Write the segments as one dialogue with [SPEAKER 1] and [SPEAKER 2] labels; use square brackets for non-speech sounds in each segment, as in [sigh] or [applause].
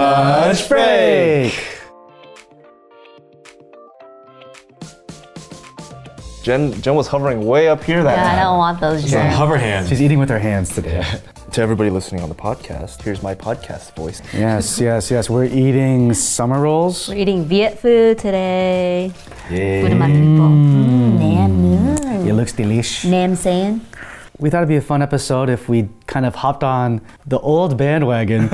[SPEAKER 1] Lunch break. Jen, Jen was hovering way up here that
[SPEAKER 2] Yeah, I
[SPEAKER 1] time.
[SPEAKER 2] don't want those
[SPEAKER 1] Yeah.
[SPEAKER 2] germs.
[SPEAKER 3] Hover hand.
[SPEAKER 4] She's eating with her hands today.
[SPEAKER 1] To everybody listening on the podcast, here's my podcast voice.
[SPEAKER 4] yes, yes, yes. We're eating summer rolls.
[SPEAKER 2] We're eating Viet food today. Food of my people. Nam mm.
[SPEAKER 4] It looks delish.
[SPEAKER 2] Nam saying.
[SPEAKER 4] We thought it'd be a fun episode if we kind of hopped on the old [laughs] bandwagon.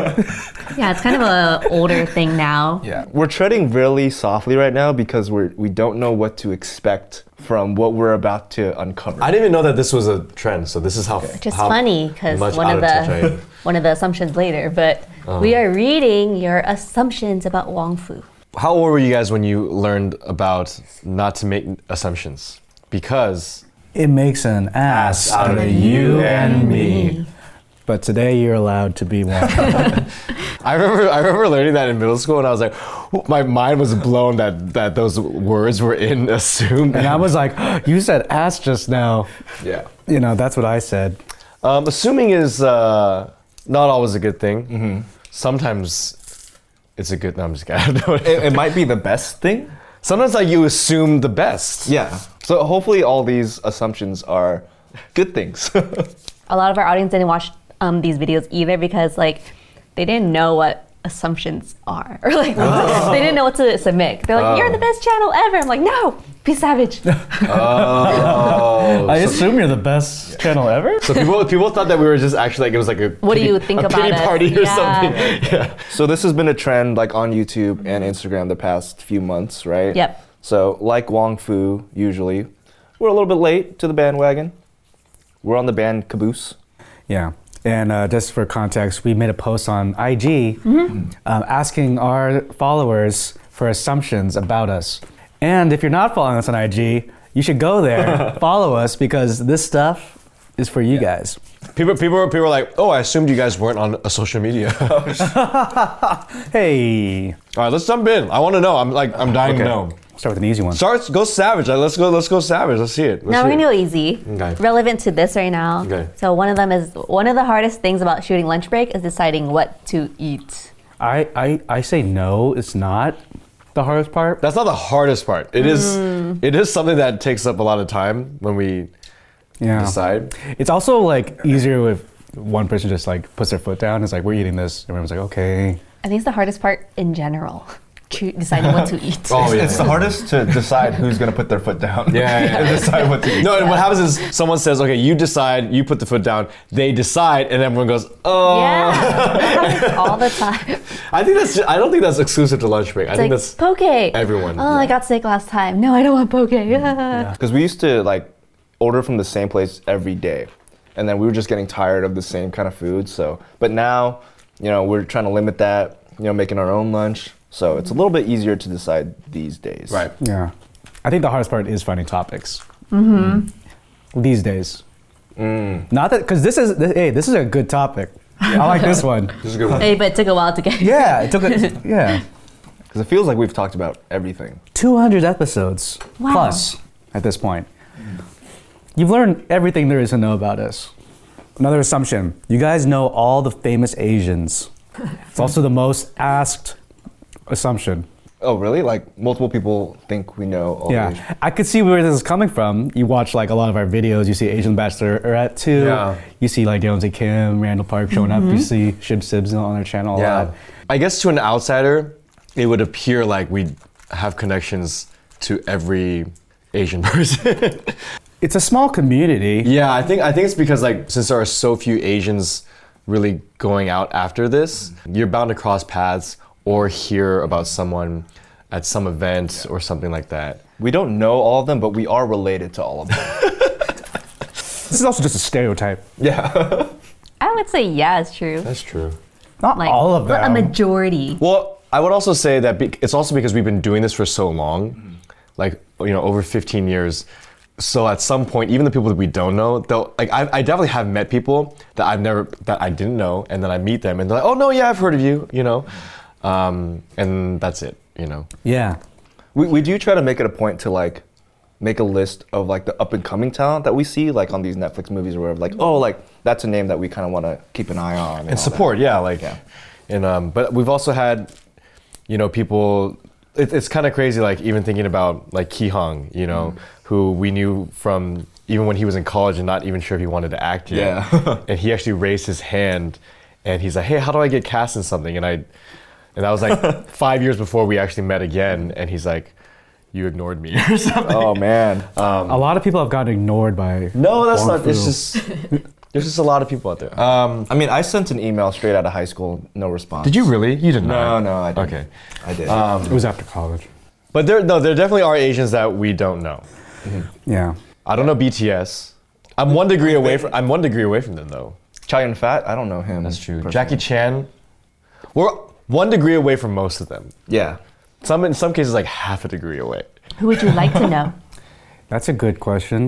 [SPEAKER 2] Yeah, it's kind of a older thing now.
[SPEAKER 1] Yeah. We're treading really softly right now because we're we don't know what to expect from what we're about to uncover.
[SPEAKER 3] I didn't even know that this was a trend, so this is how.
[SPEAKER 2] Just
[SPEAKER 3] how
[SPEAKER 2] funny because
[SPEAKER 3] much
[SPEAKER 2] one
[SPEAKER 3] out
[SPEAKER 2] of
[SPEAKER 3] touch I
[SPEAKER 2] the [laughs]
[SPEAKER 3] am. Uh-huh.
[SPEAKER 2] one of the assumptions later, but we are reading your assumptions about Wong Fu.
[SPEAKER 3] How old were you guys when you learned about not to make assumptions? Because
[SPEAKER 4] it makes an ass out of you and me. But today you're allowed to be [laughs] one.
[SPEAKER 3] I remember, I remember learning that in middle school, and I was like, "Wh- my mind was blown that that those words were in [laughs] assumed.
[SPEAKER 4] and I was like, [gasps] you said ass just now.
[SPEAKER 3] yeah.
[SPEAKER 4] You know, that's what I said.
[SPEAKER 3] Um, assuming is uh, not always a good thing.
[SPEAKER 1] [laughs]
[SPEAKER 3] Sometimes it's a good. No, I'm just kidding. Mm-hmm. I don't know what-
[SPEAKER 1] it, it might be the best thing.
[SPEAKER 3] Sometimes like you assume the best.
[SPEAKER 1] Yeah. So hopefully all these assumptions are good things. [laughs]
[SPEAKER 2] A lot of our audience didn't watch um, these videos either because like they didn't know what assumptions are [laughs] or like
[SPEAKER 3] Oh.
[SPEAKER 2] they didn't know what to submit. They're like, "You're the best channel ever." I'm like, "No, be savage."
[SPEAKER 3] [laughs]
[SPEAKER 4] I assume you're the best channel ever?
[SPEAKER 3] So people people thought that we were just actually like it was like a
[SPEAKER 2] What do
[SPEAKER 3] pity-
[SPEAKER 2] you think
[SPEAKER 3] a
[SPEAKER 2] about
[SPEAKER 3] pity
[SPEAKER 2] us?
[SPEAKER 3] party or
[SPEAKER 2] Yeah.
[SPEAKER 3] something. [laughs] Yeah.
[SPEAKER 1] So this has been a trend like on YouTube and Instagram the past few months, right?
[SPEAKER 2] Yep.
[SPEAKER 1] So like Wong Fu usually, we're a little bit late to the bandwagon. We're on the band caboose.
[SPEAKER 4] Yeah. And uh, just for context, we made a post on IG um, asking our followers for assumptions about us. And if you're not following us on IG, you should go there, follow us, because this stuff is for you guys.
[SPEAKER 3] People people were, people were like, oh, I assumed you guys weren't on a social media. [laughs] All
[SPEAKER 4] Hey,
[SPEAKER 3] right, let's jump in. I want to know. I'm like I'm dying to
[SPEAKER 1] Okay.
[SPEAKER 3] know.
[SPEAKER 4] start with an easy one.
[SPEAKER 3] Starts go savage. Like, let's go. Let's go savage. Let's see it. Let's
[SPEAKER 2] Now we're
[SPEAKER 3] see
[SPEAKER 2] gonna
[SPEAKER 3] it.
[SPEAKER 2] go easy.
[SPEAKER 3] Okay.
[SPEAKER 2] Relevant to this right now.
[SPEAKER 3] Okay.
[SPEAKER 2] So one of them is one of the hardest things about shooting lunch break is deciding what to eat.
[SPEAKER 4] I, I, I say no, it's not the hardest part.
[SPEAKER 3] That's not the hardest part. It is. It is something that takes up a lot of time when we
[SPEAKER 4] Yeah.
[SPEAKER 3] decide.
[SPEAKER 4] It's also like easier if one person just like puts their foot down and is like, we're eating this. Everyone's like, okay.
[SPEAKER 2] I think it's the hardest part in general. [laughs] choo- Deciding what to eat.
[SPEAKER 3] [laughs] Oh yeah.
[SPEAKER 1] hardest to decide who's gonna put their foot down.
[SPEAKER 3] Yeah,
[SPEAKER 1] [laughs]
[SPEAKER 3] yeah, yeah.
[SPEAKER 1] decide what to
[SPEAKER 3] no, and what happens is someone says, "Okay, you decide. You put the foot down." They decide, and everyone goes, "Oh."
[SPEAKER 2] [laughs] Yeah, that
[SPEAKER 3] [laughs]
[SPEAKER 2] happens all the time.
[SPEAKER 3] I think that's. I don't think that's exclusive to lunch break. I think
[SPEAKER 2] It's
[SPEAKER 3] that's.
[SPEAKER 2] like poke.
[SPEAKER 3] everyone,
[SPEAKER 2] Oh, I
[SPEAKER 3] yeah. Mm,
[SPEAKER 2] got sick last time. No, I don't want poke. [laughs]
[SPEAKER 1] Because we used to like order from the same place every day, and then we were just getting tired of the same kind of food. So, but now, you know, we're trying to limit that. You know, making our own lunch. So it's a little bit easier to decide these days.
[SPEAKER 3] Right.
[SPEAKER 4] Yeah. I think the hardest part is finding topics. Mm-hmm. These days.
[SPEAKER 3] Mm.
[SPEAKER 4] Not that, because this is, th- hey, this is a good topic. I like this one.
[SPEAKER 3] [laughs] This is a good one.
[SPEAKER 2] Hey, but it took a while to get.
[SPEAKER 4] Yeah, it took a, yeah.
[SPEAKER 1] Because it feels like we've talked about everything.
[SPEAKER 4] 200 episodes
[SPEAKER 2] Wow.
[SPEAKER 4] plus at this point. You've learned everything there is to know about us. Another assumption you guys know all the famous Asians. It's also the most asked assumption.
[SPEAKER 1] Oh, really? Like multiple people think we know all the
[SPEAKER 4] Yeah, I could see where this is coming from. You watch like a lot of our videos. You see Asian Bachelorette too.
[SPEAKER 3] Yeah. Mm-hmm.
[SPEAKER 4] You see like Yeonse Kim, Randall Park showing up. You see Shib Sibs on their channel a lot.
[SPEAKER 3] I guess to an outsider, it would appear like we have connections to every Asian [laughs] person.
[SPEAKER 4] It's a small community.
[SPEAKER 3] yeah, I think I think it's because like since there are so few Asians really going out after this, you're bound to cross paths or hear about someone at some event or something like that.
[SPEAKER 1] We don't know all of them, but we are related to all of them.
[SPEAKER 4] This is also just a stereotype.
[SPEAKER 1] yeah.
[SPEAKER 2] [laughs] I would say yeah, it's true.
[SPEAKER 3] That's true.
[SPEAKER 4] Not all of
[SPEAKER 2] but
[SPEAKER 4] them.
[SPEAKER 2] A majority.
[SPEAKER 3] Well, I would also say that bec it's also because we've been doing this for so long, like you know, over 15 years. So at some point, even the people that we don't know, they'll like I, I definitely have met people that I've never that I didn't know, and then I meet them, and they're like, "Oh no, yeah, I've heard of you," you know, um, and that's it, you know.
[SPEAKER 4] yeah.
[SPEAKER 1] We, we do try to make it a point to like make a list of like the up and coming talent that we see like on these Netflix movies or whatever. Like, oh, like that's a name that we kind of want to keep an eye on.
[SPEAKER 3] And support, yeah, like
[SPEAKER 1] Yeah.
[SPEAKER 3] And um, but we've also had, you know, people. It, it's kind of crazy, like even thinking about like Ki Hong, you know,
[SPEAKER 1] Mm-hmm.
[SPEAKER 3] who we knew from even when he was in college and not even sure if he wanted to act yet.
[SPEAKER 1] Yeah. [laughs]
[SPEAKER 3] and he actually raised his hand, and he's like, "Hey, how do I get cast in something?" And I, and that
[SPEAKER 1] [laughs]
[SPEAKER 3] was like five years before we actually met again. And he's like, "You ignored
[SPEAKER 1] [laughs]
[SPEAKER 3] me." or something.
[SPEAKER 1] Oh
[SPEAKER 3] [laughs]
[SPEAKER 1] man.
[SPEAKER 4] A lot of people have gotten ignored by.
[SPEAKER 3] Um, No, that's
[SPEAKER 4] Wong
[SPEAKER 3] not. It's
[SPEAKER 4] Fu.
[SPEAKER 3] just there's just a lot of people out there. Um,
[SPEAKER 1] I mean, I sent an email straight out of high school, no response.
[SPEAKER 3] did you really? You didn't.
[SPEAKER 1] No, no, I didn't.
[SPEAKER 3] Okay, Um,
[SPEAKER 1] I did.
[SPEAKER 4] It was after college.
[SPEAKER 3] but there no, there definitely are Asians that we don't know.
[SPEAKER 4] Yeah.
[SPEAKER 3] I don't know BTS. I'm one degree away from. I'm one degree away from them though.
[SPEAKER 1] Chow Yun Fat, I don't know him.
[SPEAKER 3] That's true.
[SPEAKER 1] personally.
[SPEAKER 3] Jackie Chan. We're one degree away from most of them.
[SPEAKER 1] Yeah.
[SPEAKER 3] Some in some cases like half a degree away.
[SPEAKER 2] Who would you like to know?
[SPEAKER 4] That's a good question.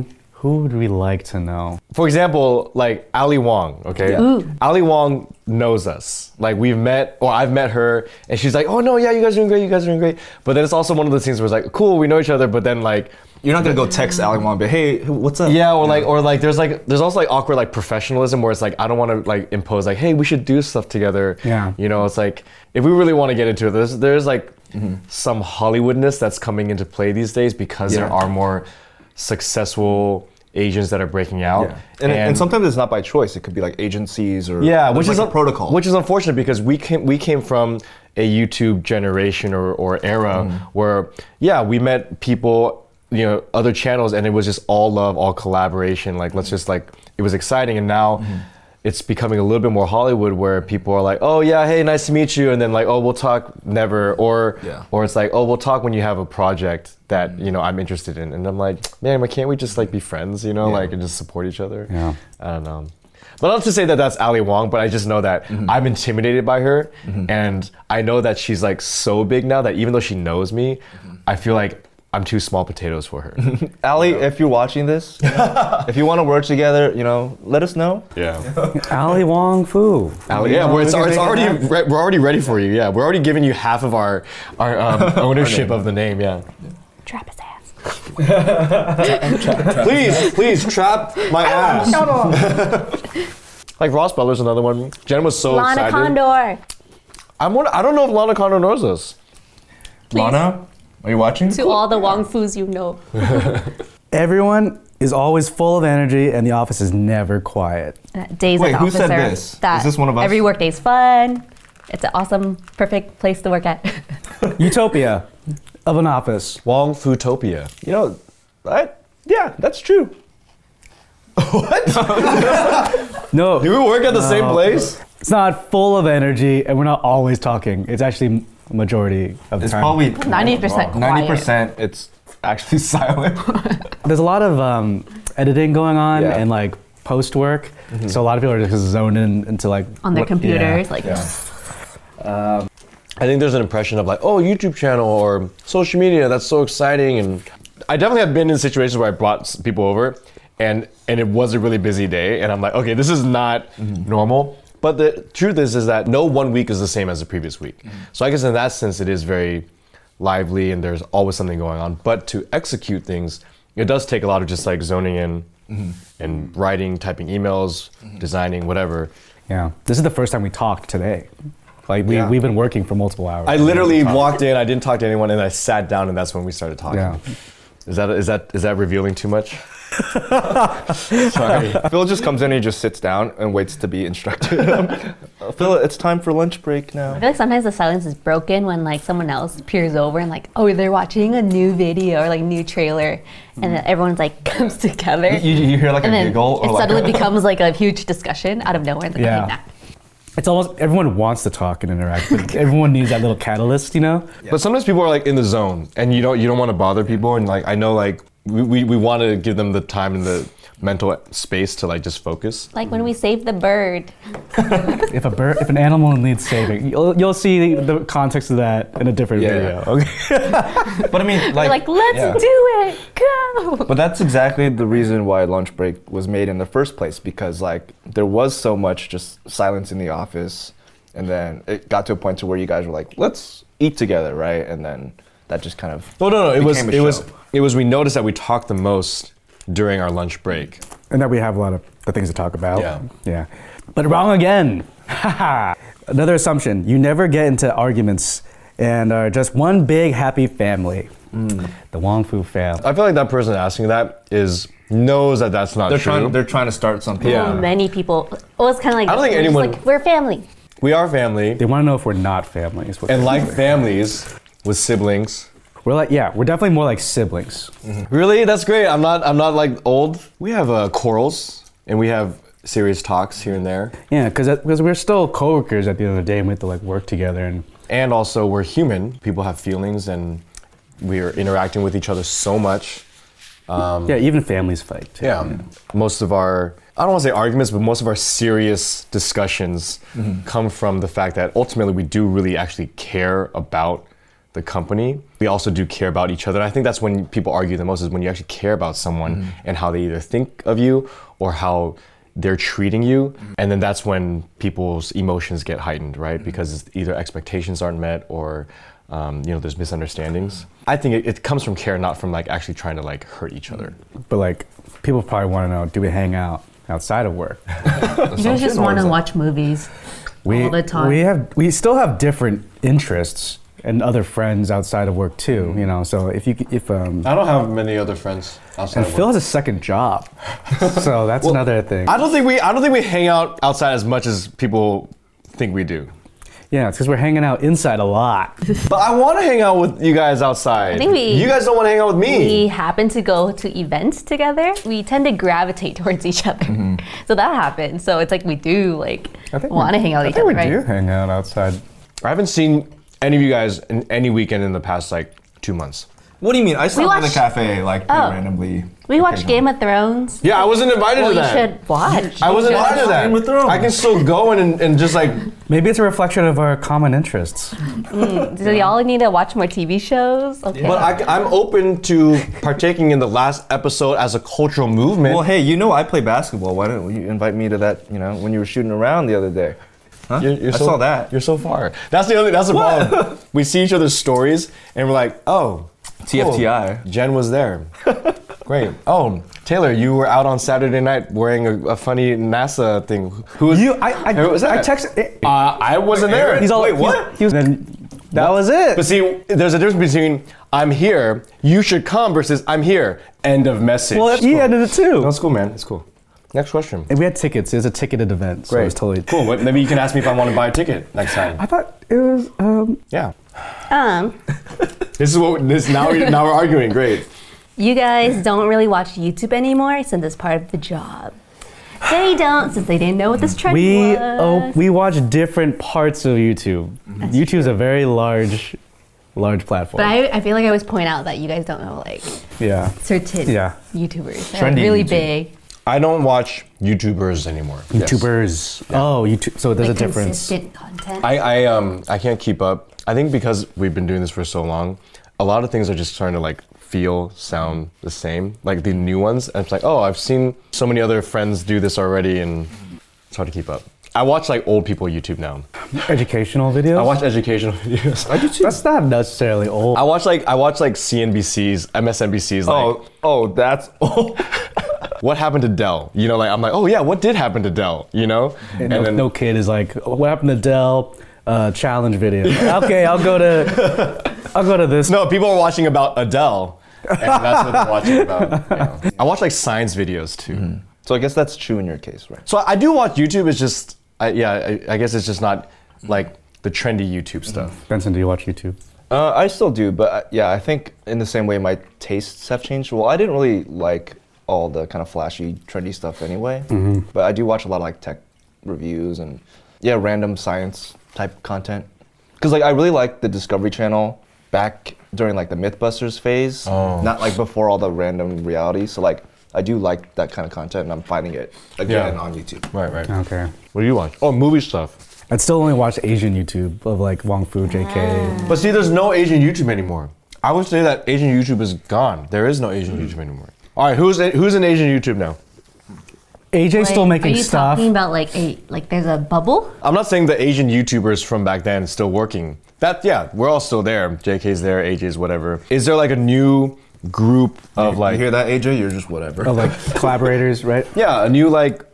[SPEAKER 4] Who would we like to know?
[SPEAKER 3] For example, like Ali Wong, okay?
[SPEAKER 1] Yeah.
[SPEAKER 2] Ooh.
[SPEAKER 3] Ali Wong knows us. Like we've met, or I've met her, and she's like, "Oh no, yeah, you guys are doing great. You guys are doing great." But then it's also one of those things where it's like, "Cool, we know each other," but then like,
[SPEAKER 1] You're not gonna go text Alec Wong, but hey, who- what's up?
[SPEAKER 3] yeah, or like, or like, there's like, there's also like awkward like professionalism where it's like, I don't want to like impose like, "Hey, we should do stuff together."
[SPEAKER 4] Yeah.
[SPEAKER 3] You know, it's like if we really want to get into it, there's there's like
[SPEAKER 1] Mm-hmm.
[SPEAKER 3] some Hollywoodness that's coming into play these days because there
[SPEAKER 1] Yeah.
[SPEAKER 3] are more successful agents that are breaking out.
[SPEAKER 1] Yeah. And, and, sometimes it's not by choice. It could be like agencies or
[SPEAKER 3] Yeah,
[SPEAKER 1] There's,
[SPEAKER 3] which
[SPEAKER 1] like
[SPEAKER 3] is
[SPEAKER 1] a
[SPEAKER 3] un-
[SPEAKER 1] protocol.
[SPEAKER 3] Which is unfortunate because we came we came from a YouTube generation or, or era
[SPEAKER 1] Mm.
[SPEAKER 3] where yeah we met people you know other channels and it was just all love all collaboration like let's just like it was exciting and now.
[SPEAKER 1] Mm-hmm.
[SPEAKER 3] It's becoming a little bit more Hollywood, where people are like, "Oh yeah, hey, nice to meet you," and then like, "Oh, we'll talk never," or
[SPEAKER 1] Yeah. Mm.
[SPEAKER 3] or it's like, "Oh, we'll talk when you have a project that you know I'm interested in," and I'm like, "Man, why can't we just like be friends, you know, like and just support each other?"
[SPEAKER 4] Yeah.
[SPEAKER 3] I don't know. But not to say that that's Ali Wong, but I just know that I'm intimidated by her, and I know that she's like so big now that even though she knows me, I feel like I'm too small potatoes for her.
[SPEAKER 1] Ali, if you're watching [laughs] this, you know, if you want to work together, you know, let us know.
[SPEAKER 3] yeah,
[SPEAKER 4] Ali Wong Fu.
[SPEAKER 3] Ali, yeah, we're, it's,
[SPEAKER 4] we can make
[SPEAKER 3] it's
[SPEAKER 4] it
[SPEAKER 3] already [laughs]
[SPEAKER 4] happen.
[SPEAKER 3] re- we're already ready for you. Yeah, we're already giving you half of our our um, ownership of the name. Yeah,
[SPEAKER 2] [laughs] Trap his ass.
[SPEAKER 3] please, please trap [laughs] my ass. Like Ross Butler's another one. Jen was so
[SPEAKER 2] Lana
[SPEAKER 3] excited.
[SPEAKER 2] Condor.
[SPEAKER 3] I'm wonder- I don't know if Lana Condor knows us.
[SPEAKER 1] Lana, are you watching?
[SPEAKER 2] To all the Wong Fus you know.
[SPEAKER 4] Everyone is always full of energy, and the office is never quiet.
[SPEAKER 2] Days
[SPEAKER 1] Wait,
[SPEAKER 2] at the
[SPEAKER 1] who
[SPEAKER 2] office
[SPEAKER 1] said
[SPEAKER 2] are-
[SPEAKER 1] this?
[SPEAKER 2] That
[SPEAKER 1] Is this one of us?
[SPEAKER 2] Every workday's fun. It's an awesome, perfect place to work at.
[SPEAKER 4] Utopia of an office.
[SPEAKER 3] Wong Futopia.
[SPEAKER 1] You know, I, yeah, that's true.
[SPEAKER 4] No,
[SPEAKER 3] Do we work at the same place?
[SPEAKER 4] it's not full of energy, and we're not always talking. It's actually a majority of the
[SPEAKER 1] It's
[SPEAKER 4] time.
[SPEAKER 1] probably
[SPEAKER 2] 90% quiet.
[SPEAKER 1] Ninety percent, it's actually [laughs] silent.
[SPEAKER 4] There's a lot of um, editing going on
[SPEAKER 1] Yeah. Mm-hmm.
[SPEAKER 4] and like post work, so a lot of people are just zoned in into like
[SPEAKER 2] On their
[SPEAKER 4] what- yeah.
[SPEAKER 2] computers. Like,
[SPEAKER 3] I think there's an impression of like, oh, YouTube channel or social media, that's so exciting. And I definitely have been in situations where I brought s- people over and and it was a really busy day. And I'm like, okay, this is not normal. But the truth is, is that no one week is the same as the previous week. So I guess in that sense, it is very lively and there's always something going on. But to execute things, it does take a lot of just like zoning in and writing, typing emails, designing, whatever.
[SPEAKER 4] Yeah, this is the first time we talked today. Like we
[SPEAKER 1] Yeah.
[SPEAKER 4] we've been working for multiple hours.
[SPEAKER 3] I literally walked in. I didn't talk to anyone, and I sat down, and that's when we started talking.
[SPEAKER 4] Yeah.
[SPEAKER 3] Is that is that is that revealing too much?
[SPEAKER 1] Sorry. Phil just comes in and he just sits down and waits to be instructed. [laughs] Uh, Phil, it's time for lunch break now.
[SPEAKER 2] I feel like sometimes the silence is broken when like someone else peers over and like, oh, they're watching a new video or like new trailer, and then everyone's like [laughs] comes together.
[SPEAKER 1] Hmm. You, you hear like
[SPEAKER 2] and
[SPEAKER 1] a [laughs]
[SPEAKER 2] then
[SPEAKER 1] giggle or
[SPEAKER 2] it
[SPEAKER 1] like
[SPEAKER 2] suddenly becomes like a huge discussion out of nowhere. It's Like,
[SPEAKER 4] Yeah.
[SPEAKER 2] okay, nah.
[SPEAKER 4] It's almost everyone wants to talk and interact, but [laughs] everyone needs that little catalyst, you know?
[SPEAKER 3] But sometimes people are like in the zone, and you don't you don't want to bother people, and like I know like we, we, we want to give them the time and the mental space to like just focus.
[SPEAKER 2] Like when we saved the bird.
[SPEAKER 4] If a bird, if an animal needs saving, you'll, you'll see the, the context of that in a different
[SPEAKER 1] Yeah.
[SPEAKER 4] video. Okay.
[SPEAKER 1] But I mean,
[SPEAKER 2] We're
[SPEAKER 1] like,
[SPEAKER 2] like, let's
[SPEAKER 1] yeah.
[SPEAKER 2] do it, go.
[SPEAKER 1] But that's exactly the reason why lunch break was made in the first place because like there was so much just silence in the office, and then it got to a point to where you guys were like, let's eat together, right? And then that just kind of
[SPEAKER 3] Well, no, no, it was
[SPEAKER 1] Became
[SPEAKER 3] it
[SPEAKER 1] a
[SPEAKER 3] was
[SPEAKER 1] show.
[SPEAKER 3] it was we noticed that we talked the most during our lunch break.
[SPEAKER 4] And that we have a lot of the things to talk about.
[SPEAKER 3] Yeah.
[SPEAKER 4] Yeah. But wrong again. [laughs] Another assumption you never get into arguments and are just one big happy family.
[SPEAKER 3] Hmm.
[SPEAKER 4] The Wong Fu family.
[SPEAKER 3] I feel like that person asking that is knows that that's not
[SPEAKER 1] They're
[SPEAKER 3] true.
[SPEAKER 1] trying. They're trying to start something.
[SPEAKER 3] Yeah.
[SPEAKER 2] So many people. It was kind of like
[SPEAKER 3] I don't
[SPEAKER 2] this.
[SPEAKER 3] think
[SPEAKER 2] We're just
[SPEAKER 3] anyone-
[SPEAKER 2] like, we're family.
[SPEAKER 3] we are family,
[SPEAKER 4] They want to know if we're not family. Is what
[SPEAKER 3] and
[SPEAKER 4] they-
[SPEAKER 1] [laughs]
[SPEAKER 3] like families with siblings.
[SPEAKER 4] [laughs] we're like, yeah, we're definitely more like siblings.
[SPEAKER 3] Mm. Really, that's great. I'm not. I'm not like old. We have uh, quarrels, and we have serious talks here and there.
[SPEAKER 4] Yeah, because we're still coworkers at the end of the day, and we have to like work together. And
[SPEAKER 3] And also, we're human. People have feelings, and we're interacting with each other so much.
[SPEAKER 4] yeah, even families fight. Too.
[SPEAKER 3] Um, Yeah. Um, Most of our, I don't want to say arguments, but most of our serious discussions come from the fact that ultimately we do really actually care about the company. We also do care about each other. And I think that's when people argue the most is when you actually care about someone and how they either think of you or how they're treating you. And then that's when people's emotions get heightened, right? Because either expectations aren't met or um, you know, there's misunderstandings. I think it, it comes from care, not from like actually trying to like hurt each other.
[SPEAKER 4] But like, people probably want to know: Do we hang out outside of work?
[SPEAKER 2] You just want to watch movies
[SPEAKER 4] We
[SPEAKER 2] all the time.
[SPEAKER 4] we have we still have different interests and other friends outside of work too. You know, so if you c- if um.
[SPEAKER 3] I don't have many other friends outside
[SPEAKER 4] And
[SPEAKER 3] of
[SPEAKER 4] Phil
[SPEAKER 3] work.
[SPEAKER 4] has a second
[SPEAKER 3] [laughs]
[SPEAKER 4] job, so that's another thing.
[SPEAKER 3] I don't think we I don't think we hang out outside as much as people think we do.
[SPEAKER 4] yeah, it's because we're hanging out inside a
[SPEAKER 2] [laughs]
[SPEAKER 4] lot.
[SPEAKER 3] But I want to hang out with you guys outside.
[SPEAKER 2] I think we-
[SPEAKER 3] you guys don't want to hang out with
[SPEAKER 2] we
[SPEAKER 3] me.
[SPEAKER 2] happen to go to events together. We tend to gravitate towards each other.
[SPEAKER 3] Mm-hmm.
[SPEAKER 2] [laughs] So that happens. So it's like we do like want to hang out
[SPEAKER 4] I
[SPEAKER 2] with each
[SPEAKER 4] think
[SPEAKER 2] other,
[SPEAKER 4] we
[SPEAKER 2] right?
[SPEAKER 4] do hang out outside.
[SPEAKER 3] I haven't seen any of you guys in any weekend in the past like two months.
[SPEAKER 1] What do you mean? I saw
[SPEAKER 2] We
[SPEAKER 1] them in the
[SPEAKER 2] watched-
[SPEAKER 1] cafe like pretty
[SPEAKER 2] Oh.
[SPEAKER 1] randomly.
[SPEAKER 2] We watch Game of Thrones.
[SPEAKER 3] Yeah, I wasn't invited
[SPEAKER 2] Well,
[SPEAKER 3] to
[SPEAKER 2] you
[SPEAKER 3] that.
[SPEAKER 2] should watch.
[SPEAKER 3] I
[SPEAKER 2] You
[SPEAKER 3] wasn't
[SPEAKER 2] should.
[SPEAKER 3] invited to
[SPEAKER 1] Game of
[SPEAKER 3] that.
[SPEAKER 1] Thrones.
[SPEAKER 3] I can still go in and, and just like
[SPEAKER 4] Maybe it's a reflection of our common interests.
[SPEAKER 2] Do y'all need to watch more TV shows? Okay.
[SPEAKER 3] but I, am open to partaking in the last episode as a cultural movement.
[SPEAKER 1] Well, hey, you know I play basketball. Why didn't you invite me to that? You know, when you were shooting around the other day. Huh?
[SPEAKER 3] You're, you're
[SPEAKER 1] I
[SPEAKER 3] so,
[SPEAKER 1] saw that.
[SPEAKER 3] You're so far. That's the only. That's the problem. we see each other's stories, and we're like, oh,
[SPEAKER 1] TFTI.
[SPEAKER 3] cool. Jen
[SPEAKER 4] [laughs]
[SPEAKER 3] was there. Great. Oh, Taylor, you were out on Saturday night wearing a, a funny NASA thing. Who was
[SPEAKER 4] You, I, I,
[SPEAKER 3] Who was that?
[SPEAKER 4] I texted.
[SPEAKER 3] Uh, I [laughs] wasn't there.
[SPEAKER 4] He's all
[SPEAKER 1] Wait,
[SPEAKER 4] he's-
[SPEAKER 1] what?
[SPEAKER 4] he was- then that was it.
[SPEAKER 3] But see, there's a difference between I'm here, you should come, versus I'm here. End of message.
[SPEAKER 4] well, he ended it too.
[SPEAKER 3] That's cool, man. It's cool. Next question.
[SPEAKER 4] And we had tickets. It was a ticketed event, so it was totally
[SPEAKER 3] cool. What, maybe you can ask me if I want to buy a ticket next
[SPEAKER 4] I
[SPEAKER 3] time.
[SPEAKER 4] thought it was. Um,
[SPEAKER 3] Yeah.
[SPEAKER 2] um,
[SPEAKER 3] This is what this now. We, now we're arguing. Great.
[SPEAKER 2] you guys don't really watch YouTube anymore since it's part of the job. They don't since they didn't know what this trend
[SPEAKER 4] we
[SPEAKER 2] was.
[SPEAKER 4] oh, we watch different parts of YouTube. YouTube is a very large, large platform.
[SPEAKER 2] but I, I feel like I always point out that you guys don't know like
[SPEAKER 4] yeah.
[SPEAKER 2] certain
[SPEAKER 4] Yeah.
[SPEAKER 2] YouTubers. They're
[SPEAKER 1] Trendy
[SPEAKER 2] really
[SPEAKER 1] YouTube.
[SPEAKER 2] big.
[SPEAKER 3] I don't watch YouTubers anymore.
[SPEAKER 4] YouTubers. Oh, YouTube. So there's
[SPEAKER 2] like,
[SPEAKER 4] a difference.
[SPEAKER 2] Consistent content.
[SPEAKER 3] I, I um I can't keep up. I think because we've been doing this for so long, a lot of things are just starting to like feel, sound the same. Like the new ones, and it's like, oh, I've seen so many other friends do this already, and it's hard to keep up. I watch like old people YouTube now.
[SPEAKER 4] Educational videos.
[SPEAKER 3] I watch educational [laughs] videos. I do too.
[SPEAKER 4] That's not necessarily old.
[SPEAKER 3] I watch like I watch like CNBC's, MSNBC's. Like,
[SPEAKER 1] Oh, oh, that's. [laughs] Oh.
[SPEAKER 3] what happened to Dell? You know, like I'm like, oh yeah, what did happen to Dell? You know, and,
[SPEAKER 4] no, no kid is like, "Oh, what happened to Dell? Uh, challenge video. [laughs] okay, I'll go to. I'll go to this.
[SPEAKER 3] [laughs] No, people are watching about Adele. And that's what they're watching about.
[SPEAKER 1] [laughs]
[SPEAKER 3] yeah. I watch like science videos too.
[SPEAKER 1] so I guess that's true in your case, right?
[SPEAKER 3] So I do watch YouTube. It's just, I, yeah, I, I guess it's just not like the trendy
[SPEAKER 1] Mm-hmm.
[SPEAKER 3] YouTube stuff.
[SPEAKER 4] Benson, do you watch YouTube?
[SPEAKER 1] Uh, I still do, but uh, yeah, I think in the same way my tastes have changed. Well, I didn't really like all the kind of flashy, trendy stuff anyway, but I do watch a lot of like tech reviews and yeah, random science type content. Because like I really liked the Discovery Channel back during like the MythBusters phase, not like before all the random reality. So like I do like that kind of content, and I'm finding it again
[SPEAKER 3] Yeah.
[SPEAKER 1] on YouTube.
[SPEAKER 3] Right, right.
[SPEAKER 4] Okay.
[SPEAKER 3] What do you watch? Oh, movie stuff.
[SPEAKER 4] I'd still only watch Asian YouTube of like Wong Fu,
[SPEAKER 2] Ah.
[SPEAKER 1] Mm.
[SPEAKER 4] JK.
[SPEAKER 3] But see, there's no Asian YouTube anymore. I would say that Asian YouTube is gone. There is no Asian
[SPEAKER 1] Mm-hmm.
[SPEAKER 3] YouTube anymore. All right, who's who's in Asian YouTube now?
[SPEAKER 4] AJ's
[SPEAKER 2] Like,
[SPEAKER 4] still making
[SPEAKER 2] are you
[SPEAKER 4] stuff.
[SPEAKER 2] talking about like a like there's a bubble?
[SPEAKER 3] I'm not saying the Asian YouTubers from back then is still working. That yeah, we're all still there. JK's there, AJ's whatever. Is there like a new group of
[SPEAKER 1] You
[SPEAKER 3] like
[SPEAKER 1] hear that, AJ? Uh, You're just whatever.
[SPEAKER 2] [laughs]
[SPEAKER 4] of like collaborators, right?
[SPEAKER 3] yeah, a new like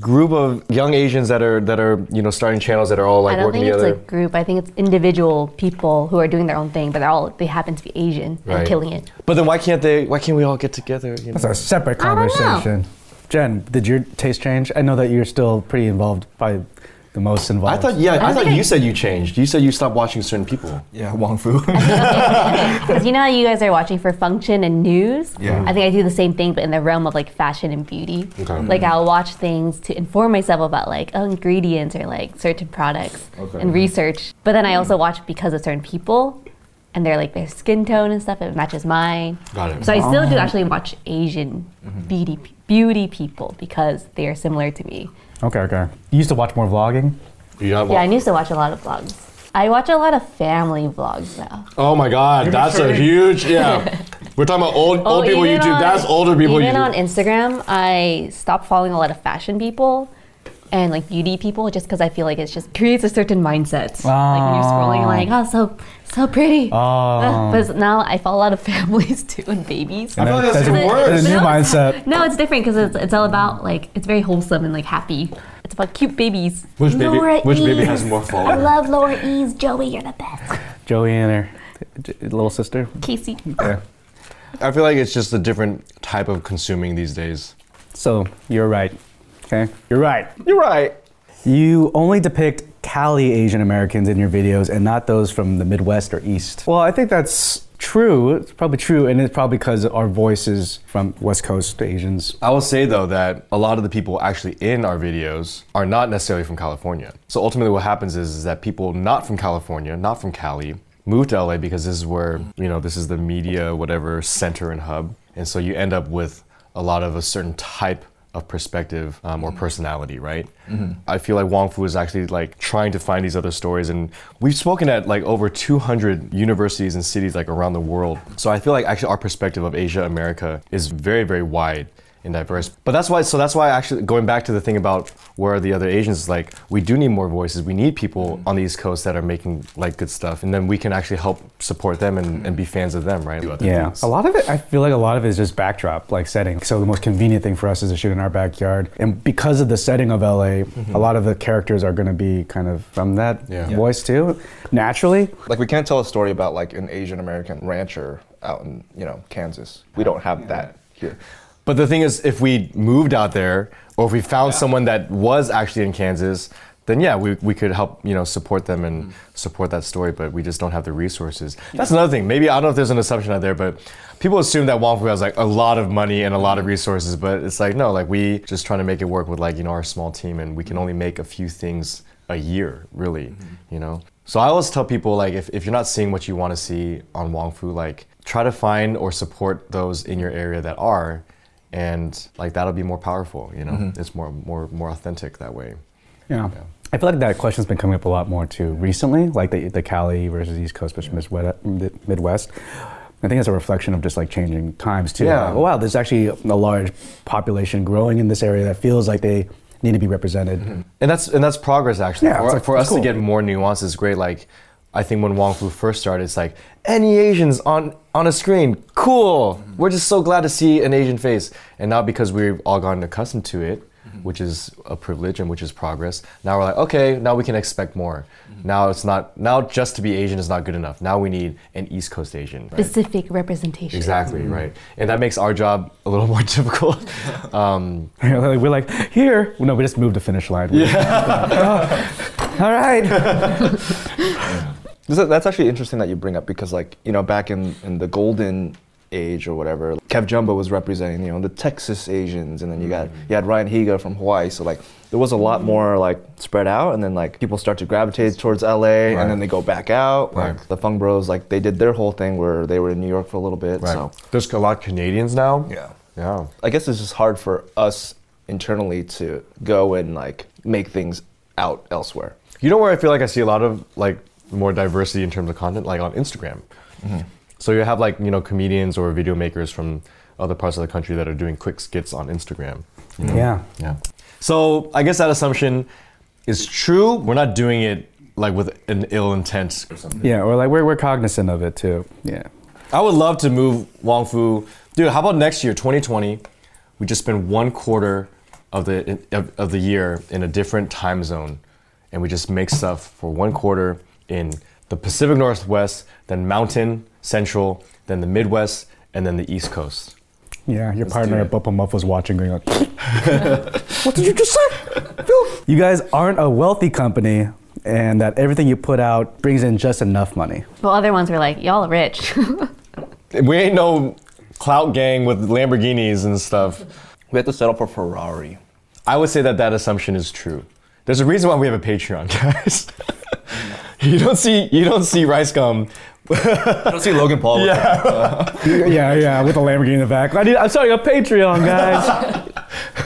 [SPEAKER 3] group of young Asians that are that are you know starting channels that are all
[SPEAKER 2] I
[SPEAKER 3] like
[SPEAKER 2] don't
[SPEAKER 3] working
[SPEAKER 2] think it's
[SPEAKER 3] together.
[SPEAKER 2] a group. I think it's individual people who are doing their own thing, but they're all they happen to be Asian
[SPEAKER 3] Right.
[SPEAKER 2] and killing it.
[SPEAKER 3] but then why can't they? Why can't we all get together? You know?
[SPEAKER 4] That's a separate
[SPEAKER 2] I don't know.
[SPEAKER 4] conversation. Jen, did your taste change? I know that you're still pretty involved, probably the most
[SPEAKER 3] I
[SPEAKER 4] involved.
[SPEAKER 3] thought yeah. I,
[SPEAKER 2] I
[SPEAKER 3] thought
[SPEAKER 2] think
[SPEAKER 3] you
[SPEAKER 2] I-
[SPEAKER 3] said you changed. You said you stopped watching certain people.
[SPEAKER 1] Yeah, Wong Fu.
[SPEAKER 2] Because [laughs] you know how you guys are watching for function and news?
[SPEAKER 1] Yeah.
[SPEAKER 2] I think I do the same thing, but in the realm of like fashion and beauty.
[SPEAKER 3] Okay.
[SPEAKER 2] Like I'll watch things to inform myself about like oh, ingredients or like certain products
[SPEAKER 1] Okay.
[SPEAKER 2] and research. But then I also watch because of certain people and they're like their skin tone and stuff, it matches mine.
[SPEAKER 3] Got it. Mm-hmm.
[SPEAKER 2] So I still do actually watch Asian beauty beauty people because they are similar to me.
[SPEAKER 4] Okay, okay. You used to watch more vlogging?
[SPEAKER 3] You not
[SPEAKER 2] Yeah, I used to watch a lot of vlogs. I watch a lot of family vlogs now.
[SPEAKER 3] oh my God, that's a
[SPEAKER 2] [laughs]
[SPEAKER 3] huge yeah. We're talking about old old people
[SPEAKER 2] Oh, even
[SPEAKER 3] YouTube.
[SPEAKER 2] on-
[SPEAKER 3] that's older people
[SPEAKER 2] Even
[SPEAKER 3] YouTube.
[SPEAKER 2] on Instagram, I stopped following a lot of fashion people and like beauty people just because I feel like it's just creates a certain mindset. Like when
[SPEAKER 3] Ah.
[SPEAKER 2] you're scrolling,
[SPEAKER 4] Oh.
[SPEAKER 2] like oh, so so pretty.
[SPEAKER 4] Oh.
[SPEAKER 2] [laughs] but now I follow a lot of [laughs] families too and babies.
[SPEAKER 1] feel like that's
[SPEAKER 4] a,
[SPEAKER 1] even worse.
[SPEAKER 4] that's a
[SPEAKER 2] [laughs]
[SPEAKER 4] new
[SPEAKER 2] No.
[SPEAKER 4] mindset.
[SPEAKER 2] No, it's different because it's, it's all about like it's very wholesome and like happy. It's about cute babies.
[SPEAKER 3] which baby?
[SPEAKER 2] Laura
[SPEAKER 3] Which baby
[SPEAKER 2] Eves.
[SPEAKER 3] has more followers?
[SPEAKER 2] Love Laura E. E's Joey, you're the best.
[SPEAKER 4] Joey and her j- j- little sister.
[SPEAKER 2] Casey.
[SPEAKER 4] Yeah.
[SPEAKER 3] I feel like it's just a different type of consuming these days.
[SPEAKER 4] So you're right. Okay, you're right.
[SPEAKER 1] You're right.
[SPEAKER 4] You only depict Cali Asian Americans in your videos and not those from the Midwest or East. Well, I think that's true. It's probably true, and it's probably because our voices from West Coast Asians.
[SPEAKER 3] I will say though that a lot of the people actually in our videos are not necessarily from California. So ultimately, what happens is, is that people not from California, not from Cali, move to LA because this is where you know this is the media whatever center and hub, and so you end up with a lot of a certain type of perspective um, or personality, right? I feel like Wong Fu is actually like trying to find these other stories, and we've spoken at like over 200 universities and cities like around the world. So I feel like actually our perspective of Asia America is very very wide and diverse. But that's why. So that's why actually going back to the thing about where are the other Asians is like we do need more voices. We need people on the East Coast that are making like good stuff, and then we can actually help support them and, and be fans of them, right?
[SPEAKER 4] Yeah, a lot of it. I feel like a lot of it is just backdrop, like setting. So the most convenient thing for us is to shoot in our backyard, and because of the setting of LA, a lot of the characters are going to be kind of from that
[SPEAKER 3] Mm-hmm. Yeah. Yeah.
[SPEAKER 4] voice too, naturally.
[SPEAKER 1] Like we can't tell a story about like an Asian American rancher out in you know Kansas. We don't have that here.
[SPEAKER 3] But the thing is, if we moved out there, or if we found someone that was actually in Kansas, then yeah, we, we could help you know support them and support that story. But we just don't have the resources. That's another thing. Maybe I don't know if there's an assumption out there, but people assume that Wong Fu has like a lot of money and a lot of resources. But it's like no, like we just trying to make it work with like you know our small team, and we can only make a few things a year, really. You know. So I always tell people like if, if you're not seeing what you want to see on Wong Fu, like try to find or support those in your area that are and like that'll be more powerful you know
[SPEAKER 4] Mm-hmm.
[SPEAKER 3] it's more more more authentic that way
[SPEAKER 4] Yeah. I feel like that question's been coming up a lot more too recently, like the, the Cali versus East Coast versus Midwest- Midwest. I think it's a reflection of just like changing times too.
[SPEAKER 3] Yeah.
[SPEAKER 4] Like, oh, wow, there's actually a large population growing in this area that feels like they need to be represented.
[SPEAKER 3] and that's and that's progress actually
[SPEAKER 4] Yeah,
[SPEAKER 3] for,
[SPEAKER 4] it's like-
[SPEAKER 3] for
[SPEAKER 4] it's
[SPEAKER 3] us
[SPEAKER 4] cool.
[SPEAKER 3] to get more nuance is great like i think when wong fu first started it's like any asians on on a screen cool
[SPEAKER 4] Mm-hmm.
[SPEAKER 3] we're just so glad to see an asian face and now because we've all gotten accustomed to it
[SPEAKER 4] Mm-hmm.
[SPEAKER 3] which is a privilege and which is progress now we're like okay now we can expect more
[SPEAKER 4] Mm-hmm.
[SPEAKER 3] now it's not now just to be asian is not good enough now we need an east coast asian right?
[SPEAKER 2] Specific representation.
[SPEAKER 3] exactly right and that makes our job a little [laughs] more difficult um,
[SPEAKER 4] [laughs] We're like, here. No, we just moved the finish line. [laughs] Oh, all right.
[SPEAKER 1] This is- that's actually interesting that you bring up because, like, you know, back in, in the golden age or whatever, Kev Jumbo was representing, you know, the Texas Asians, and then you got
[SPEAKER 3] Mm.
[SPEAKER 1] you had Ryan Higa from Hawaii. So like, there was a lot more like spread out, and then like people start to gravitate towards LA,
[SPEAKER 3] Right.
[SPEAKER 1] and then they go back out. Like
[SPEAKER 3] Right.
[SPEAKER 1] the Fung Bros, like they did their whole thing where they were in New York for a little bit. So
[SPEAKER 3] There's a lot of Canadians now.
[SPEAKER 1] Yeah.
[SPEAKER 3] Yeah.
[SPEAKER 1] I guess it's just hard for us internally to go and like make things out elsewhere.
[SPEAKER 3] You know where I feel like I see a lot of like more diversity in terms of content, like on Instagram. So you have like you know comedians or video makers from other parts of the country that are doing quick skits on Instagram.
[SPEAKER 4] yeah.
[SPEAKER 3] Yeah. So I guess that assumption is true. We're not doing it like with an ill intent.
[SPEAKER 4] Yeah. Or like, we're, we're cognizant of it too. Yeah.
[SPEAKER 3] I would love to move Wong Fu. Dude, how about next year, 2020? We just spend one quarter of the of, of the year in a different time zone, and we just make stuff for one quarter in the Pacific Northwest, then Mountain Central, then the Midwest, and then the East Coast.
[SPEAKER 4] Yeah, your partner
[SPEAKER 3] do
[SPEAKER 4] at
[SPEAKER 3] it.
[SPEAKER 4] Boppa Muff was watching, going [laughs] like, "What did you just say, Phil?" You guys aren't a wealthy company, and that everything you put out brings in just enough money.
[SPEAKER 2] Well, other ones were like, y'all are rich. [laughs]
[SPEAKER 3] We ain't no clout gang with Lamborghinis and stuff.
[SPEAKER 1] We have to settle for Ferrari.
[SPEAKER 3] I would say that that assumption is true. There's a reason why we have a Patreon, [laughs] guys. you don't see you don't see rice gum.
[SPEAKER 1] I don't see Logan Paul. With yeah.
[SPEAKER 4] yeah, yeah, with a Lamborghini in the back. I need, I'm sorry, a Patreon, guys.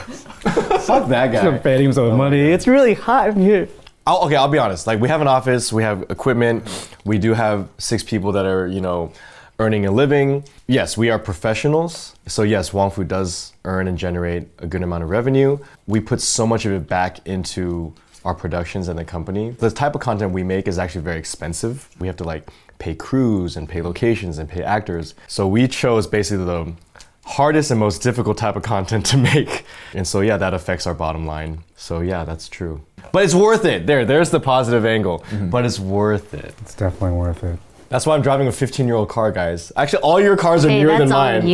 [SPEAKER 3] [laughs] Fuck that
[SPEAKER 4] I'm
[SPEAKER 3] guy.
[SPEAKER 4] paying some money. It's really hot in here.
[SPEAKER 3] I'll, okay, I'll be honest. Like we have an office, we have equipment, we do have six people that are you know earning a living. Yes, we are professionals. So yes, Wong Fu does earn and generate a good amount of revenue. We put so much of it back into our productions and the company. The type of content we make is actually very expensive. We have to like pay crews and pay locations and pay actors. So we chose basically the hardest and most difficult type of content [laughs] to make. And so yeah, that affects our bottom line. So yeah, that's true. But it's worth it. There, there's the positive angle. But it's worth it.
[SPEAKER 4] It's definitely worth it.
[SPEAKER 3] That's why I'm driving a 15 year old car, guys. Actually, all your cars are
[SPEAKER 2] hey,
[SPEAKER 3] newer
[SPEAKER 2] that's
[SPEAKER 3] than
[SPEAKER 2] on
[SPEAKER 3] mine.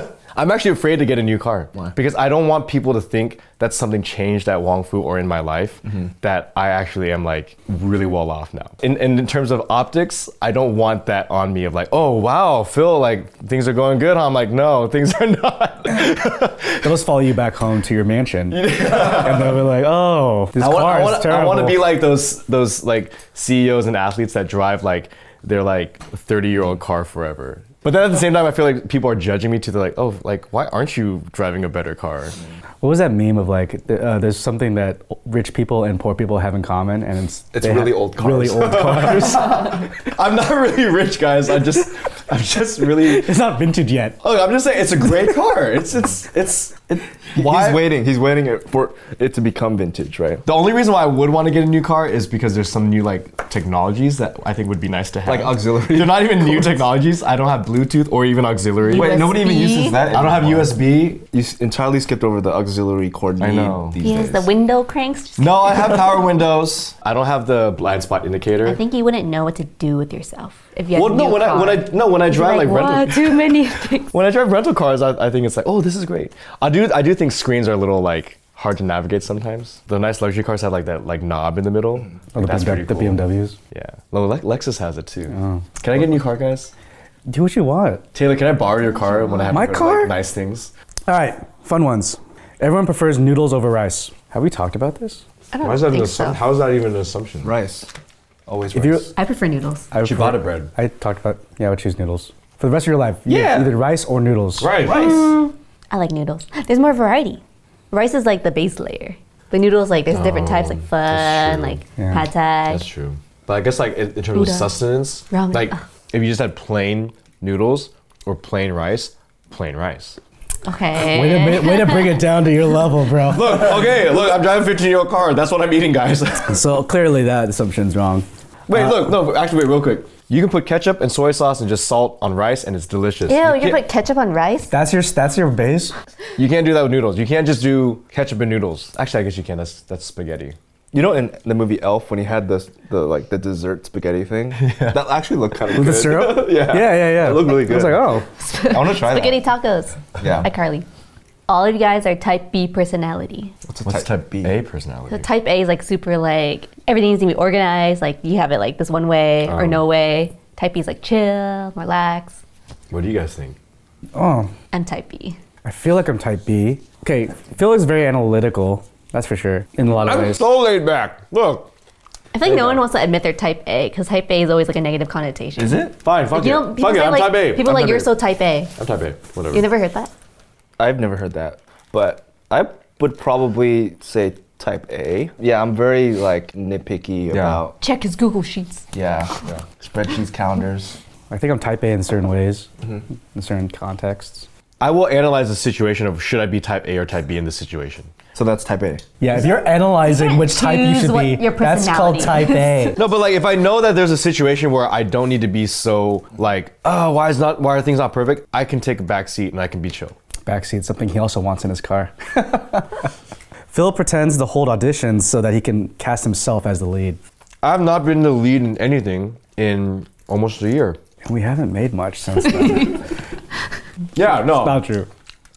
[SPEAKER 3] [laughs]
[SPEAKER 2] you.
[SPEAKER 3] I'm actually afraid to get a new car
[SPEAKER 1] Why?
[SPEAKER 3] because I don't want people to think that something changed at Wong Fu or in my life that I actually am like really well off now. In, and in terms of optics, I don't want that on me of like, oh wow, Phil, like things are going good. Huh? I'm like, no, things are not.
[SPEAKER 4] They'll just follow you back home to your
[SPEAKER 3] [laughs]
[SPEAKER 4] mansion, and they'll be like, "Oh, this
[SPEAKER 3] I want,
[SPEAKER 4] car
[SPEAKER 3] I,
[SPEAKER 4] is
[SPEAKER 3] want,
[SPEAKER 4] terrible."
[SPEAKER 3] I want to be like those those like CEOs and athletes that drive like their like 30 year old car forever. But then at the same time, I feel like people are judging me too. They're like, oh, like why aren't you driving a better car? [laughs]
[SPEAKER 4] What was that meme of like? th- Uh, there's something that rich people and poor people have in common, and it's
[SPEAKER 1] It's
[SPEAKER 4] they
[SPEAKER 1] really
[SPEAKER 4] have
[SPEAKER 1] old
[SPEAKER 4] Really
[SPEAKER 1] cars.
[SPEAKER 4] old
[SPEAKER 3] [laughs]
[SPEAKER 4] cars. [laughs]
[SPEAKER 3] I'm not really rich, guys. I just [laughs] I'm just really.
[SPEAKER 4] it's not vintage yet.
[SPEAKER 3] Oh, I'm just saying it's a great car. It's it's it's. It,
[SPEAKER 1] He's waiting. He's waiting for it to become vintage, right?
[SPEAKER 3] The only reason why I would want to get a new car is because there's some new like technologies that I think would be nice to have.
[SPEAKER 1] Like auxiliary
[SPEAKER 3] They're not even new technologies. I don't have Bluetooth or even auxiliary.
[SPEAKER 2] Wait, nobody even USB? uses that
[SPEAKER 3] I don't have USB.
[SPEAKER 1] You s- entirely skipped over the auxiliary cord.
[SPEAKER 3] I
[SPEAKER 1] need
[SPEAKER 3] know.
[SPEAKER 1] These
[SPEAKER 2] He has
[SPEAKER 1] days.
[SPEAKER 2] the window cranks. Just-
[SPEAKER 3] No, I have power windows. I don't have the blind spot indicator.
[SPEAKER 2] I think you wouldn't know what to do with yourself if you had
[SPEAKER 3] well,
[SPEAKER 2] a
[SPEAKER 3] no,
[SPEAKER 2] new
[SPEAKER 3] when I
[SPEAKER 2] car.
[SPEAKER 3] when I no when I
[SPEAKER 2] You'd be
[SPEAKER 3] drive like,
[SPEAKER 2] like,
[SPEAKER 3] rental
[SPEAKER 2] wow, too many
[SPEAKER 3] [laughs]
[SPEAKER 2] things.
[SPEAKER 3] when I drive rental cars, I, I think it's like, oh, this is great. I do I do think screens are a little like hard to navigate sometimes. The nice luxury cars have like that like knob in the middle.
[SPEAKER 4] Oh, the,
[SPEAKER 3] That's
[SPEAKER 4] BMW,
[SPEAKER 3] pretty
[SPEAKER 4] the
[SPEAKER 3] cool.
[SPEAKER 4] BMWs.
[SPEAKER 3] Yeah. No, Le- Lexus has it too.
[SPEAKER 4] Oh.
[SPEAKER 3] Can I get a new car, guys?
[SPEAKER 4] Do what you want.
[SPEAKER 3] Taylor, can I borrow your car when I have
[SPEAKER 4] My
[SPEAKER 3] to go to,
[SPEAKER 4] car?
[SPEAKER 3] like, nice things?
[SPEAKER 4] All right, fun ones. Everyone prefers noodles over rice. Have we talked about this?
[SPEAKER 2] I don't think so.
[SPEAKER 3] How is that even an assumption?
[SPEAKER 1] rice. Always
[SPEAKER 4] If
[SPEAKER 1] rice.
[SPEAKER 4] you-
[SPEAKER 2] I prefer noodles.
[SPEAKER 4] I
[SPEAKER 3] Ciabatta bread.
[SPEAKER 4] I talked about. Yeah, I would choose noodles for the rest of your life. you have
[SPEAKER 3] Yeah.
[SPEAKER 4] either rice or noodles.
[SPEAKER 3] Right.
[SPEAKER 2] I like noodles. There's more variety. Rice is like the base layer, but noodles like there's different types like
[SPEAKER 3] Oh, that's
[SPEAKER 2] fun,
[SPEAKER 3] true.
[SPEAKER 2] like
[SPEAKER 4] Yeah.
[SPEAKER 2] pad thai.
[SPEAKER 3] That's true. But I guess like in, in terms
[SPEAKER 2] Udon.
[SPEAKER 3] of sustenance,
[SPEAKER 2] Ramen.
[SPEAKER 3] like
[SPEAKER 2] Ah.
[SPEAKER 3] if you just had plain noodles or plain rice, plain rice.
[SPEAKER 2] Okay.
[SPEAKER 4] Way to, bri- way to bring it down to your level, bro.
[SPEAKER 3] [laughs] Look, okay, look, I'm driving a 15 year old car. That's what I'm eating, guys. [laughs]
[SPEAKER 4] So clearly that assumption's wrong.
[SPEAKER 3] wait, look, no, actually, wait, real quick. Uh, You can put ketchup and soy sauce and just salt on rice, and it's delicious.
[SPEAKER 2] Ew,
[SPEAKER 3] you,
[SPEAKER 2] you're
[SPEAKER 3] can't,
[SPEAKER 2] gonna put ketchup on rice?
[SPEAKER 4] That's your that's your base.
[SPEAKER 3] you can't do that with noodles. You can't just do ketchup and noodles. Actually, I guess you can. That's that's spaghetti.
[SPEAKER 1] You know, in the movie Elf, when he had this, the like the dessert spaghetti thing, that actually looked kind of
[SPEAKER 4] With
[SPEAKER 1] good.
[SPEAKER 4] the syrup?
[SPEAKER 1] [laughs] yeah,
[SPEAKER 4] [laughs] Yeah, yeah, yeah.
[SPEAKER 1] It looked really
[SPEAKER 4] I
[SPEAKER 1] good.
[SPEAKER 4] was like, oh.
[SPEAKER 1] I want to try
[SPEAKER 2] Spaghetti tacos.
[SPEAKER 1] that. Yeah.
[SPEAKER 2] iCarly. All of you guys are type B personality.
[SPEAKER 1] What's,
[SPEAKER 3] What's type, B? A personality.
[SPEAKER 2] So type A is like super like everything's gonna be organized, like you have it like this one way
[SPEAKER 3] Oh.
[SPEAKER 2] or no way. Type B is like chill, relax.
[SPEAKER 3] what do you guys think?
[SPEAKER 4] Oh.
[SPEAKER 2] I'm type E. B.
[SPEAKER 4] I feel like I'm type B. Okay, Phil is very analytical. That's for sure. In a lot of
[SPEAKER 3] I'm
[SPEAKER 4] ways.
[SPEAKER 3] so laid back. Look.
[SPEAKER 2] I feel like no one wants to admit they're type A because type A is always like a negative connotation.
[SPEAKER 1] Is it?
[SPEAKER 3] Fine, fuck
[SPEAKER 2] You
[SPEAKER 3] it.
[SPEAKER 2] know, people
[SPEAKER 3] Fuck it,
[SPEAKER 2] say
[SPEAKER 3] I'm
[SPEAKER 2] like,
[SPEAKER 3] type A.
[SPEAKER 2] people
[SPEAKER 3] I'm
[SPEAKER 2] like
[SPEAKER 3] type
[SPEAKER 2] you're
[SPEAKER 3] A.
[SPEAKER 2] so type A.
[SPEAKER 3] I'm type A, whatever.
[SPEAKER 2] You never heard that?
[SPEAKER 1] I've never heard that, but I would probably say type A. Yeah, I'm very like nitpicky about
[SPEAKER 2] Check his Google Sheets.
[SPEAKER 1] yeah, spreadsheets, calendars.
[SPEAKER 4] I think I'm type A in certain ways, in certain contexts.
[SPEAKER 3] I will analyze the situation of should I be type A or type B in this situation.
[SPEAKER 1] So that's type A.
[SPEAKER 4] Yeah, if you're
[SPEAKER 2] You
[SPEAKER 4] analyzing
[SPEAKER 2] can't
[SPEAKER 4] which type you
[SPEAKER 2] choose
[SPEAKER 4] should
[SPEAKER 2] what
[SPEAKER 4] be,
[SPEAKER 2] your
[SPEAKER 4] that's called type
[SPEAKER 2] personality
[SPEAKER 4] A. [laughs]
[SPEAKER 3] No, but like if I know that there's a situation where I don't need to be so like, oh, why is not why are things not perfect? I can take a back seat and I can be chill.
[SPEAKER 4] Backseat, something he also wants in his car. [laughs] Phil pretends to hold auditions so that he can cast himself as the lead.
[SPEAKER 3] I've not been the lead in anything in almost a year.
[SPEAKER 4] And we haven't made much since [laughs] then.
[SPEAKER 3] Yeah, no.
[SPEAKER 4] Not true.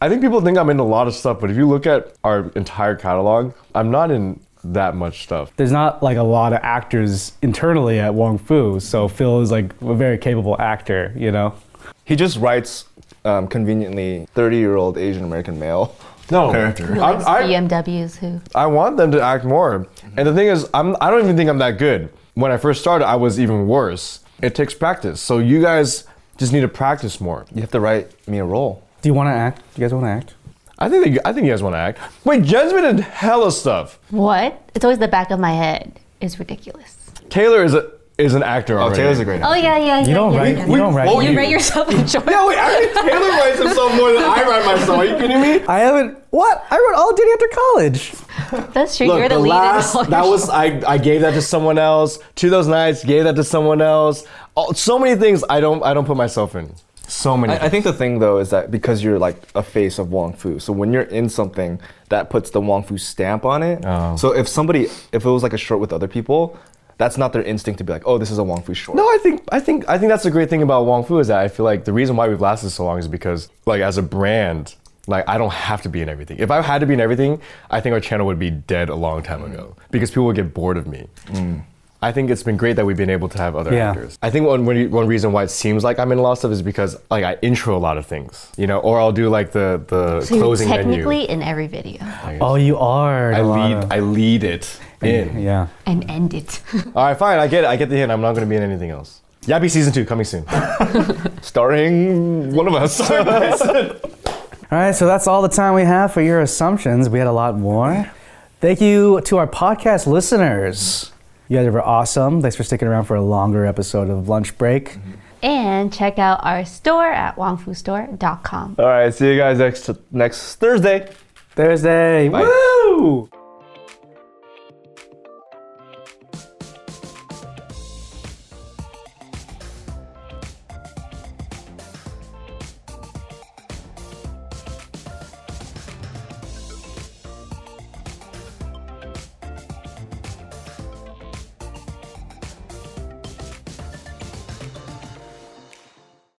[SPEAKER 3] I think people think I'm in a lot of stuff, but if you look at our entire catalog, I'm not in that much stuff.
[SPEAKER 4] There's not like a lot of actors internally at Wong Fu, so Phil is like a very capable actor, you know?
[SPEAKER 1] He just writes um, conveniently 30 year old Asian American male.
[SPEAKER 3] No,
[SPEAKER 1] Character.
[SPEAKER 3] I, I,
[SPEAKER 2] BMWs who?
[SPEAKER 3] I want them to act more. And the thing is, I'm I don't even think I'm that good. When I first started, I was even worse. It takes practice. So you guys just need to practice more.
[SPEAKER 1] You have to write me a role.
[SPEAKER 4] Do you want to act? Do you guys want to act?
[SPEAKER 3] I think that you- I think you guys want to act. Wait, Jen's been in hella stuff.
[SPEAKER 2] What? It's always the back of my head. It's ridiculous.
[SPEAKER 3] Taylor is a is an actor
[SPEAKER 1] Oh,
[SPEAKER 3] already.
[SPEAKER 1] Taylor's a great
[SPEAKER 2] Oh yeah, yeah.
[SPEAKER 4] You don't write. You don't write.
[SPEAKER 2] You rate yourself a joy.
[SPEAKER 3] Yeah, wait, I think Taylor writes himself more than I write myself. Are you kidding me?
[SPEAKER 4] I haven't. What? I wrote all duty after college.
[SPEAKER 2] That's true. You're the, lead
[SPEAKER 3] last
[SPEAKER 2] in all
[SPEAKER 3] that
[SPEAKER 2] your
[SPEAKER 3] was I, I gave that to someone else. To those nights, gave that to someone else. Oh, so many things I don't I don't put myself in. So many.
[SPEAKER 1] I, I think the thing though is that because you're like a face of Wong Fu, so when you're in something, that puts the Wong Fu stamp on it.
[SPEAKER 3] Oh.
[SPEAKER 1] So if somebody, if it was like a short with other people, that's not their instinct to be like, oh, this is a Wong Fu short.
[SPEAKER 3] No, I think I think I think that's the great thing about Wong Fu is that I feel like the reason why we've lasted so long is because like as a brand, like I don't have to be in everything. If I had to be in everything, I think our channel would be dead a long time ago because people would get bored of me.
[SPEAKER 1] Mm.
[SPEAKER 3] I think it's been great that we've been able to have other
[SPEAKER 4] Yeah.
[SPEAKER 3] actors. I think one, one one reason why it seems like I'm in a lot of stuff is because like I intro a lot of things, you know, or I'll do like the the
[SPEAKER 2] so you're
[SPEAKER 3] closing
[SPEAKER 2] technically
[SPEAKER 3] menu.
[SPEAKER 2] in every video
[SPEAKER 4] Oh, you are.
[SPEAKER 3] I lead
[SPEAKER 4] Delano.
[SPEAKER 3] I lead it in.
[SPEAKER 4] Yeah.
[SPEAKER 2] and end it.
[SPEAKER 3] [laughs] All right, fine. I get it. I get the hint. I'm not going to be in anything else. Yappy season two
[SPEAKER 1] [laughs]
[SPEAKER 3] coming soon.
[SPEAKER 1] Starring one of us.
[SPEAKER 3] [laughs]
[SPEAKER 4] All right, so that's all the time we have for your assumptions. We had a lot more. Thank you to our podcast listeners. You guys were awesome. Thanks for sticking around for a longer episode of Lunch Break.
[SPEAKER 2] and check out our store at wongfustore.com.
[SPEAKER 1] All right, see you guys next next Thursday.
[SPEAKER 4] Thursday. Woo!